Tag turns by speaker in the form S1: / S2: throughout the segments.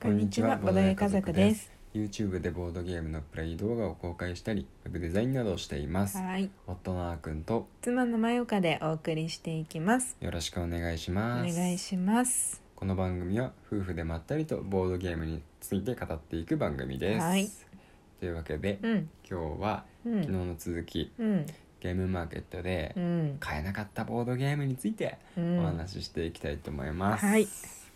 S1: こんにちは、ボドゲ家族です。
S2: YouTube でボードゲームのプレイ動画を公開したりウェブデザインなどをしています
S1: はい、
S2: 夫のあーくんと
S1: 妻のまよかでお送りしていきます。
S2: よろしくお願いし
S1: お
S2: ます
S1: 願いします。
S2: この番組は夫婦でまったりとボードゲームについて語っていく番組です、
S1: はい
S2: というわけで
S1: うん、
S2: 今日は
S1: う
S2: 昨日
S1: ん、
S2: の続き
S1: うん、
S2: ゲームマーケットで
S1: うん、
S2: 買えなかったボードゲームについて
S1: う
S2: お
S1: ん。
S2: 話ししていきたいと思います、
S1: はい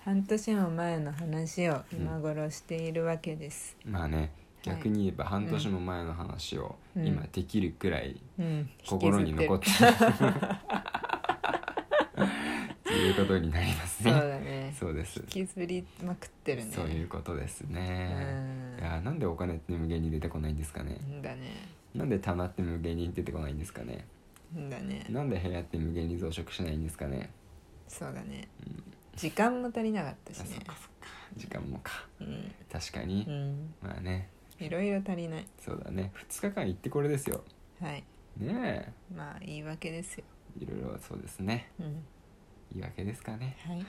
S1: 半年も前の話を今頃しているわけです。
S2: まあね逆に言えば半年も前の話を
S1: うん
S2: 今できるくらい
S1: うん、
S2: 心に残っ
S1: 引
S2: て
S1: きず
S2: るということになりま す
S1: る。そう
S2: ね
S1: だね。
S2: そうです
S1: 引きずりまくってるね。
S2: そういうことですね、
S1: うん
S2: いやーなんでお金って無限に出てこないんですかね
S1: だね。
S2: なんで棚って無限に出てこないんですかね
S1: だね。
S2: なんで部屋って無限に増殖しないんですかね
S1: そうだね。時間も足りなかったし
S2: あそっ
S1: ね。
S2: かそっか時間もか
S1: うん、
S2: 確かに、
S1: うん、
S2: まあね
S1: いろいろ足りない。
S2: そうだね2日間行ってこれですよ
S1: はい。
S2: ね
S1: まあ言い訳ですよ。
S2: えいろいろそうですね
S1: うん。
S2: 言い訳ですかね
S1: はい。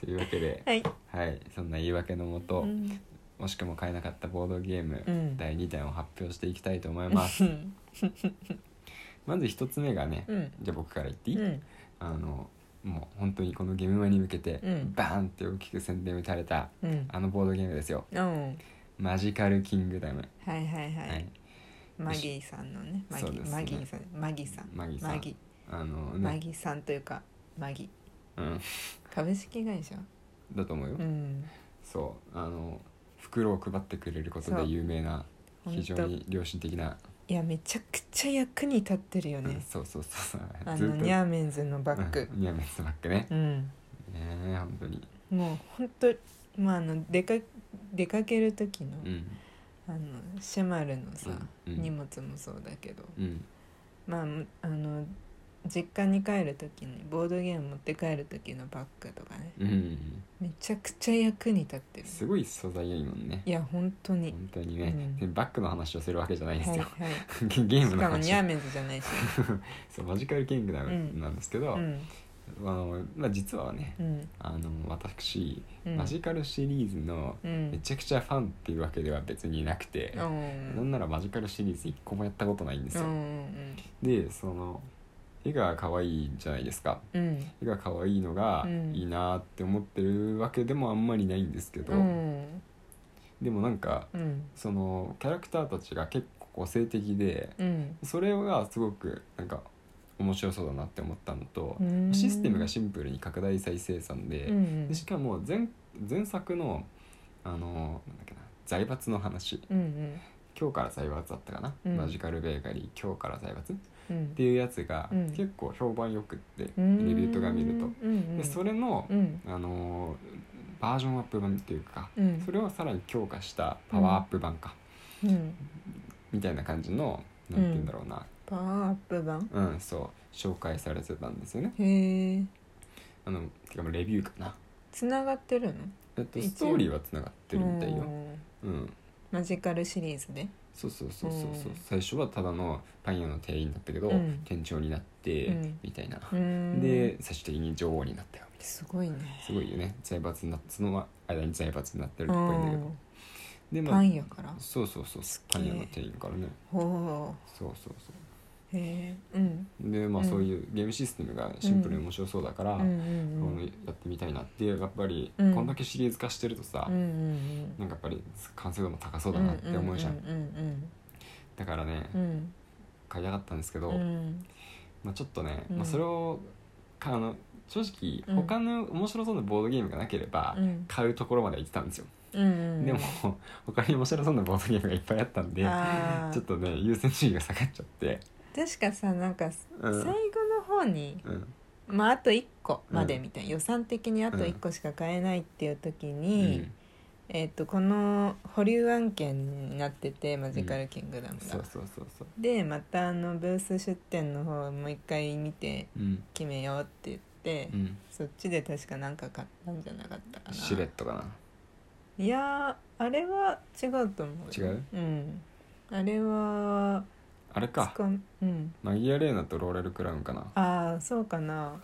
S2: というわ けで
S1: はい。
S2: はいそんな言い訳のもと、
S1: うん。
S2: もしくも買えなかったボードゲーム、
S1: うん
S2: 第2弾を発表していきたいと思います まず1つ目がね、
S1: うん。
S2: じゃあ僕から言って
S1: う
S2: いい、
S1: ん。
S2: あのもう本当にこのゲームマに向けて、
S1: うん
S2: バーンって大きく宣伝打たれた
S1: うん。
S2: あのボードゲームですよ
S1: うん。
S2: マジカルキングダム、
S1: はいはいは
S2: はい
S1: い。マギーさんのね。マギ
S2: そうで
S1: ー。
S2: すね
S1: マギーさん。マギーさん。
S2: マギさん
S1: マギ。
S2: あの
S1: マ
S2: ね、
S1: ギさんというか。マギ。
S2: うん、
S1: 株式会社。
S2: だと思うよ、
S1: うん。
S2: そうあの袋を配ってくれることで有名な
S1: そう
S2: 非常に良心的な、
S1: いや、めちゃくちゃ役に立ってるよ
S2: うん
S1: ね。
S2: そうそうそうそう
S1: あのニャーメンズのバ
S2: バ
S1: ッグ。
S2: ニャーメンズバッグね
S1: うん。
S2: ねえ本当に
S1: もう本当。まあ、あの、出か。出かける時の。
S2: うん
S1: あの、シェマルのさ。
S2: うんうん
S1: 荷物もそうだけど。
S2: うん
S1: まあむあの実家に帰る時にボードゲーム持って帰る時のバッグとかね
S2: うん
S1: めちゃくちゃ役に立ってる
S2: すごい素材良いもんね
S1: いや本当に
S2: 本当にね、
S1: う
S2: でバッグの話をするわけじゃないで
S1: は
S2: す
S1: い
S2: よ
S1: は、
S2: ゲ
S1: い
S2: ー
S1: し
S2: ムの
S1: かもニ
S2: 話
S1: ャーメンズじゃないし
S2: そうマジカルキングダムなんですけど、
S1: うん
S2: あのまあ、実はね、
S1: うん
S2: あの私、
S1: うん
S2: マジカルシリーズの
S1: うん
S2: めちゃくちゃファンっていうわけでは別になくて、
S1: う
S2: なん
S1: ん
S2: ならマジカルシリーズ1個もやったことないんです
S1: う
S2: よ、
S1: ん
S2: でその絵が可愛いじゃないですか
S1: うん
S2: 絵が可愛いのが
S1: うん
S2: いいなって思ってるわけでもあんまりないんですけど、
S1: うん
S2: でもなんか
S1: うん
S2: そのキャラクターたちが結構個性的で
S1: うん
S2: それがすごくなんか面白そうだなって思ったのと
S1: う、ん
S2: システムがシンプルに拡大再生産で,、
S1: うん
S2: でしかも前前作のあのなんだっけな財閥の話
S1: うんうん
S2: 今日から財閥だったかな、
S1: うん
S2: マジカルベーカリー今日から財閥っ
S1: うん
S2: ていうやつが
S1: うん
S2: 結構評判よくって、
S1: うん
S2: レビューとか見ると、
S1: うんうん
S2: でそれの、
S1: うん
S2: あのバージョンアップ版っていうか、
S1: うん
S2: それをさらに強化したパワーアップ版か、
S1: うん
S2: みたいな感じのなんて言うんだろうな、
S1: パワーアップ版
S2: うんそう紹介されてたんですよね
S1: へえ
S2: あのてかまあレビューかな
S1: つながってるの
S2: えっと
S1: 一応
S2: ストーリーはつながってるみたいよ
S1: うん
S2: うん
S1: マジカルシリーズで
S2: そうそうそうそうそう
S1: うん
S2: 最初はただのパン屋の店員だったけど、
S1: うん
S2: 店長になって、
S1: うん
S2: みたいな、
S1: うん
S2: で最終的に女王になったよみたい
S1: すごいね
S2: なすごいよね財閥になその間に財閥になってるっ
S1: う
S2: ぽいんだけど、
S1: ん
S2: で
S1: パン屋から
S2: そうそうそう
S1: す
S2: パ
S1: っげ
S2: ン
S1: え
S2: 屋の店員からね
S1: ほ
S2: そうそうそう
S1: うへえうん
S2: でまあ、
S1: うん
S2: そういうゲームシステムがシンプルに面白そうだから、
S1: うんうん
S2: このやってみたいなってやっぱり、
S1: うん
S2: こんだけシリーズ化してるとさ、
S1: うんうん
S2: なんかやっぱり完成度も高そううんだなって思うじゃん,、
S1: うん
S2: だからね、
S1: うんうん
S2: 買いたかったんですけ
S1: う
S2: ど、
S1: んうん
S2: まあ、ちょっとね、
S1: うん
S2: まあ、それをかあの正
S1: う
S2: 直
S1: ん
S2: 他の面白そうなボードゲームがなければ、
S1: うん
S2: 買うところまでは行ってたんですよ、
S1: うん
S2: でも 他に面白そうなボードゲームがいっぱいあったんで
S1: あー
S2: ちょっとね優先順位が下がっちゃって、
S1: 確かさなんか
S2: う
S1: 最後
S2: ん
S1: の方に
S2: うん
S1: まああと1個まで
S2: うん
S1: みたいな予算的にあと1個しか買えないっていう時にえっとこの保留案件になっててマジカルキングダ
S2: う
S1: ム
S2: ん、
S1: が
S2: そうそうそうそう、
S1: でまたあのブース出店の方もう一回見て
S2: うん
S1: 決めようって言って、
S2: うん、
S1: そっちで確か何か買ったんじゃなかったかな
S2: シレットかない
S1: やーあれは違うと思うよ
S2: 違う
S1: うんあれは
S2: あれか
S1: つかんうん
S2: マギアレーナとローレル・クラウンかな
S1: ああそうかな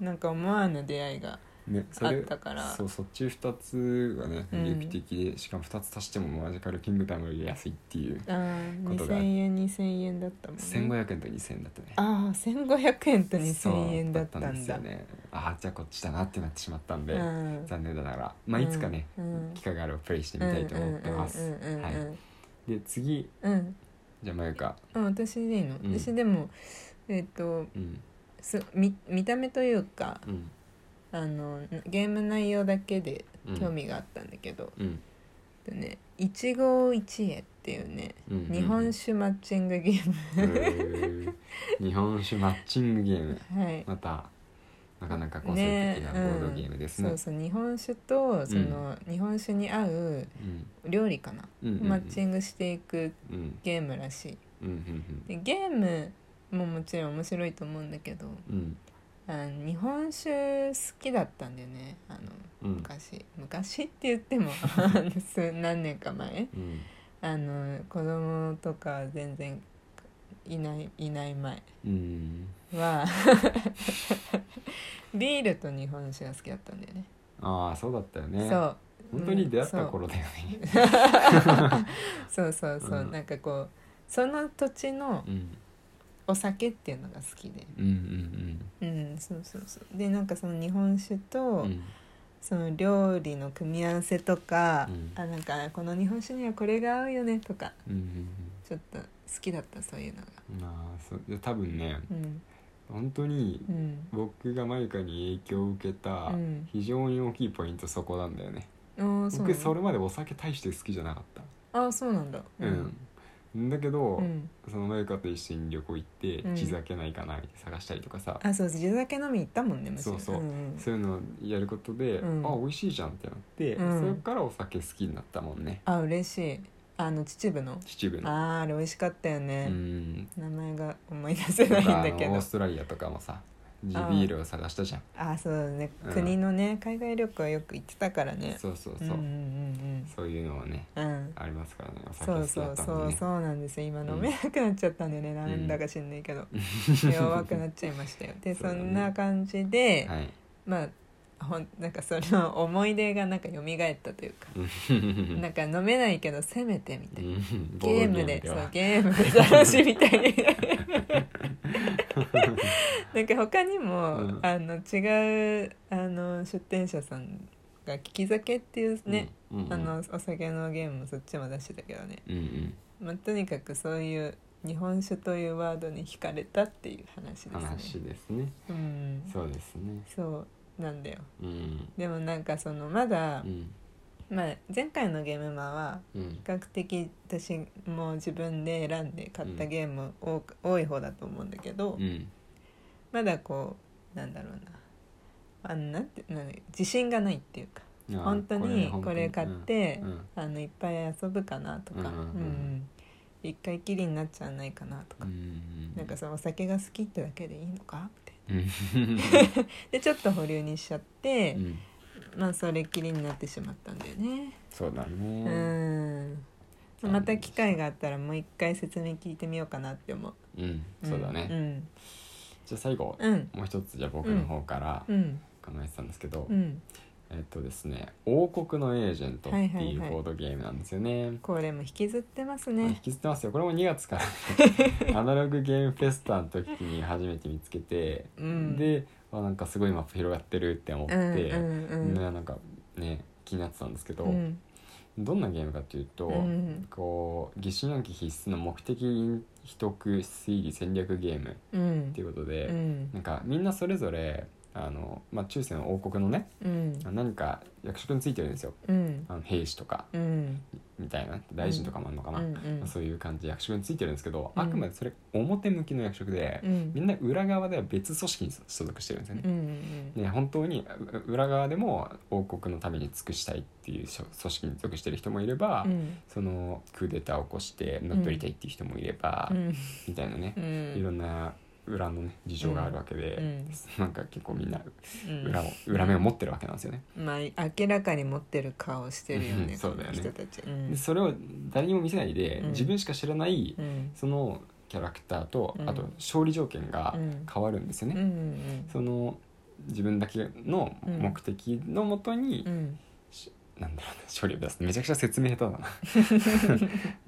S1: なんか思わぬ出会いが
S2: ね、そ
S1: あ
S2: れ
S1: ったから
S2: そうそっち2つがね
S1: うん
S2: 魅力的で、しかも2つ足してもマジカルキングダムより安いっていう
S1: あー
S2: ことが
S1: 2000円2000円だったもんね
S2: 1500円と2000円だったね
S1: ああ1500円と
S2: そう
S1: 2000円だったんだ
S2: ですよねああじゃあこっちだなってなってしまったんで、
S1: うん
S2: 残念ながらまあ
S1: うん
S2: いつかね、
S1: うん
S2: 機会があればプレイしてみたいと思ってます、
S1: うんうんうんうんうん
S2: はい、で次
S1: うん
S2: じゃあまゆか、
S1: うん私でいいの、
S2: うん
S1: 私でもえっ、と
S2: うん
S1: すみ見た目というか
S2: うん
S1: あのゲーム内容だけで
S2: うん
S1: 興味があったんだけど、
S2: うん
S1: えっとね「一期一会」っていうね
S2: うんうん
S1: 日本酒マッチングゲー ム、
S2: へー日本酒マッチングゲーム
S1: はい
S2: またなかなか個性的なボードゲームですね
S1: そうそう日本酒とその、日本酒に合う
S2: うん
S1: 料理かな、
S2: うんうん
S1: マッチングしていく
S2: うん
S1: ゲームらしい
S2: うんうん
S1: でゲームももちろん面白いと思うんだけど
S2: うん
S1: あの日本酒好きだったんだよねあの
S2: うんうん
S1: 昔昔って言っ てもあの数何年か前
S2: うん
S1: あの子供とか全然いないいない前
S2: うん
S1: は ビールと日本酒が好きだったんだよね
S2: ああそうだったよね
S1: そう
S2: 本当に出会っ
S1: う
S2: た
S1: んそう
S2: 頃だよね
S1: そうそうそう、
S2: うん
S1: なんかこうその土地の
S2: うん
S1: お酒っていうのが好きで
S2: うんうん
S1: うんそうそうそうでなんかその日本酒と、
S2: うんうん
S1: その料理の組み合わせとか、
S2: うん
S1: あなんかこの日本酒にはこれが合うよねとか
S2: うんうん
S1: ちょっと好きだったそういうのが
S2: うんまあそういや多分ね
S1: うん
S2: 本当に
S1: うん
S2: 僕がマユカに影響を受けた
S1: うん
S2: 非常に大きいポイントそこなんだよね
S1: ああそうな
S2: 僕
S1: の
S2: それまでお酒大して好きじゃなかった
S1: ああそうなんだ
S2: うん、だけど、
S1: うん
S2: そのマユカと一緒に旅行行って、
S1: うん
S2: 地酒ないかなって探したりとかさ、
S1: あそう地酒飲み行ったもんねむしろ
S2: そうそうんそういうのをやることで、
S1: うん
S2: あ美味しいじゃんってなって、
S1: うん
S2: それからお酒好きになったもんね
S1: あ嬉しいあの秩父の
S2: 秩父
S1: あ
S2: の。
S1: ああれ美味しかったよ
S2: う
S1: ね、
S2: ん
S1: 名前が思い出せ
S2: と
S1: ないん
S2: かあ
S1: だ
S2: の
S1: けど
S2: オーストラリアとかもさ地ビールを探したじゃん、
S1: ああそうだね、
S2: うん
S1: 国のね海外旅行よく行ってたからね
S2: そうそうそう、
S1: んうん
S2: そういうのはね
S1: うんうんうん
S2: ありますからねお酒
S1: そ
S2: 好
S1: う
S2: き
S1: そ
S2: だ
S1: う
S2: った
S1: そ
S2: もん
S1: う
S2: ね
S1: そうなんですよ今
S2: ん
S1: 飲めなくなっちゃったんでね、なんだか知んないけど弱くなっちゃいましたよで
S2: そう
S1: そ
S2: だね
S1: んな感じで、
S2: はい
S1: まあほんなんかその思い出がなんか蘇ったというか、
S2: うん
S1: なんか飲めないけどせめてみたいな、
S2: うんボ
S1: ゲー
S2: ード
S1: ムで
S2: で
S1: そ
S2: は
S1: うゲームで楽しみたい なんか他にも、
S2: うん
S1: あの違うあの出店者さんが「利き酒」っていうね、、
S2: うんうんうん
S1: あのお酒のゲームもそっちも出してたけどね、
S2: うんうん
S1: まあ、とにかくそういう日本酒というワードに惹かれたっていう話です
S2: 話
S1: ね。
S2: ですね
S1: うん、
S2: そうですね
S1: そうなんだよ
S2: うん
S1: でもなんかそのまだ
S2: う、ん
S1: まあ、前回のゲームマは
S2: うん
S1: 比較的私も自分で選んで買ったゲーム多く、多い方だと思うんだけど、
S2: うん
S1: まだこうなんだろうなあのなんてなんだ自信がないっていうか
S2: いや
S1: 本当に
S2: 本当
S1: これ買って、
S2: うんうん
S1: あのいっぱい遊ぶかなとか、
S2: うんうんうん
S1: うん一回きりになっちゃわないかなとか、
S2: うん
S1: なんかそのお酒が好きってだけでいいのかって
S2: うん
S1: でちょっと保留にしちゃって
S2: う、ん
S1: まあそれっきりになってしまったんだよね
S2: そうだ
S1: うん
S2: ねうん
S1: また機会があったらもう一回説明聞いてみようかなって思う、
S2: うんそうだね
S1: うん
S2: じゃあ最後
S1: うん
S2: もう一つじゃあ僕の方から
S1: うん
S2: 考えてたんですけど
S1: うん
S2: えっとですね「王国のエージェント」っ
S1: は
S2: て
S1: い
S2: い
S1: は
S2: う
S1: いはい
S2: ボードゲームなんですよね
S1: これも引きずってます
S2: 引
S1: ね
S2: きずってますよこれも2月か らアナログゲームフェスタの時に初めて見つけて
S1: うん
S2: であなんかすごいマップ広がってるって思っ
S1: うん
S2: て
S1: うんうん
S2: ねなんかね気になってたんですけど、
S1: うん
S2: どんなゲームかというと、
S1: うん
S2: こう疑心暗鬼必須の目的隠匿推理戦略ゲーム
S1: うんうん
S2: っていうことで、
S1: うん
S2: なんかみんなそれぞれあの、まあ、中世の王国のね
S1: うん
S2: 何か役職についてるんですよ
S1: うん
S2: あの兵士とか
S1: うん
S2: みたいな大臣とかもあるのかな、まあそういう感じで役職についてるんですけど、
S1: うん
S2: あくまでそれ表向きの役職で、
S1: うん
S2: みんな裏側では別組織に所属してるんですよね
S1: う。ん
S2: ね、本当にう裏側でも王国のために尽くしたいっていう所組織に属してる人もいれば、
S1: うん
S2: そのクーデターを起こして乗っ取りたいっていう人もいれば、
S1: うん
S2: みたいなね
S1: う、ん
S2: いろんな裏のね事情があるわけで、
S1: うんうん
S2: なんか結構みんな
S1: うん
S2: 裏を、裏目を持ってるわけなんですよね。
S1: まあ明らかに持ってる顔してるよ
S2: う
S1: ね
S2: んそうだよね
S1: この人たちう
S2: で
S1: ん
S2: それを誰にも見せないで、
S1: うん
S2: 自分しか知らない
S1: うん
S2: そのキャラクターと、
S1: うん
S2: あと勝利条件が
S1: うん
S2: 変わるんですよね。
S1: うんうん
S2: その自分だけの目的のもとに、
S1: うん
S2: なんだろうな処理を出すめちゃくちゃ説明下手だ な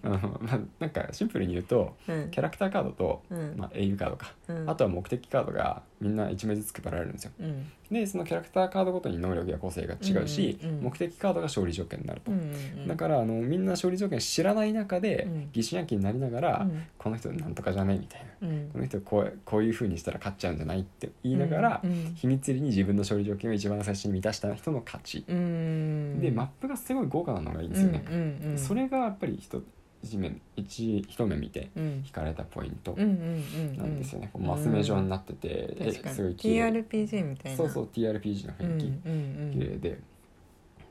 S2: あの、まあ、なんかシンプルに言うと
S1: うん
S2: キャラクターカードと、
S1: うん
S2: まあ、英雄カードか、
S1: うん
S2: あとは目的カードがみんな1枚ずつ配られるんですよ
S1: うん
S2: でそのキャラクターカードごとに能力や個性が違うし、
S1: うんうんうん
S2: 目的カードが勝利条件になると、
S1: うんうん
S2: だからあのみんな勝利条件知らない中で
S1: うん
S2: 疑心暗鬼になりながら、
S1: うん
S2: この人なんとかじゃないみたいな
S1: うん
S2: この人こうこういうふうにしたら勝っちゃうんじゃないって言いながら、
S1: うんうん
S2: 秘密裏に自分の勝利条件を一番最初に満たした人の勝ち、
S1: うん
S2: でマップがすごい豪華なのがいいんですよね、
S1: うんうんうん
S2: それがやっぱり一一面一一目見て
S1: うん
S2: 惹かれたポイント
S1: うんうんうん
S2: なんですよね、こうマス目状になってて、
S1: うん
S2: え
S1: 確かに
S2: すごい綺麗
S1: TRPG みたいな
S2: そうそう、TRPG の
S1: うんう
S2: 雰囲気、
S1: んうん、
S2: 綺麗でっ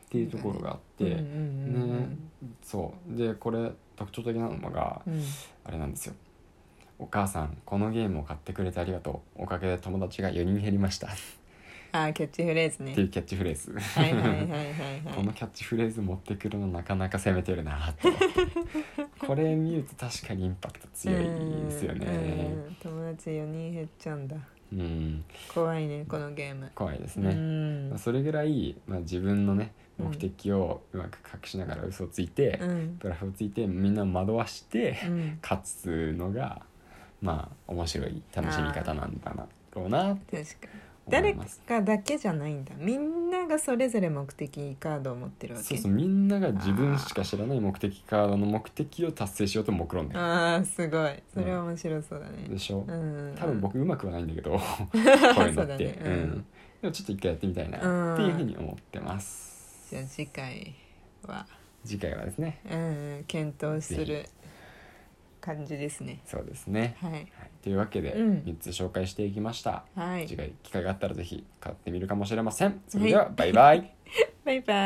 S2: ていうところがあって、
S1: うんうんうん
S2: ねそうでこれ特徴的なのが
S1: うん
S2: あれなんですよ「お母さんこのゲームを買ってくれてありがとうおかげで友達が4人減りました」っ
S1: あーキャッチフレーズね
S2: ていうキャッチフレーズ、
S1: はいはいはいはいは
S2: こ
S1: い
S2: のキャッチフレーズ持ってくるのなかなか攻めてるなと思ってこれ見ると確かにインパクト強いですよ
S1: うん
S2: ね
S1: うん友達4人減っちゃうんだ
S2: うん
S1: 怖いねこのゲーム
S2: 怖いです
S1: う
S2: ね、
S1: ん
S2: まあそれぐらい、まあ、自分のね
S1: うん
S2: 目的をうまく隠しながら嘘をついて、
S1: うん
S2: ブラフをついてみんなを惑わして、
S1: うん
S2: 勝つのがまあ面白い楽しみ方なんだなろうなと
S1: 確かに
S2: 思い
S1: 誰
S2: ます。
S1: かだけじゃないんだみんながそれぞれ目的カードを持ってるわけ
S2: そうそうみんなが自分しか知らない目的カードの目的を達成しようと目論んでる
S1: あーすごいそれは面白そうだ
S2: で
S1: ね
S2: しょ、
S1: うん
S2: 多分僕うまくはないんだけど こういうの
S1: そう
S2: っ
S1: だ
S2: て、
S1: ね
S2: う
S1: うん
S2: ん、でもちょっと一回やってみたいな
S1: うん
S2: っていうふうに思ってます
S1: じゃあ次回は
S2: 次回はですね
S1: うん検討する感じですね
S2: そうですね、
S1: はい
S2: はい、というわけで
S1: うん
S2: 3つ紹介していきました、
S1: はい
S2: 次回機会があったらぜひ買ってみるかもしれませんそれではバイバイ
S1: バイバイ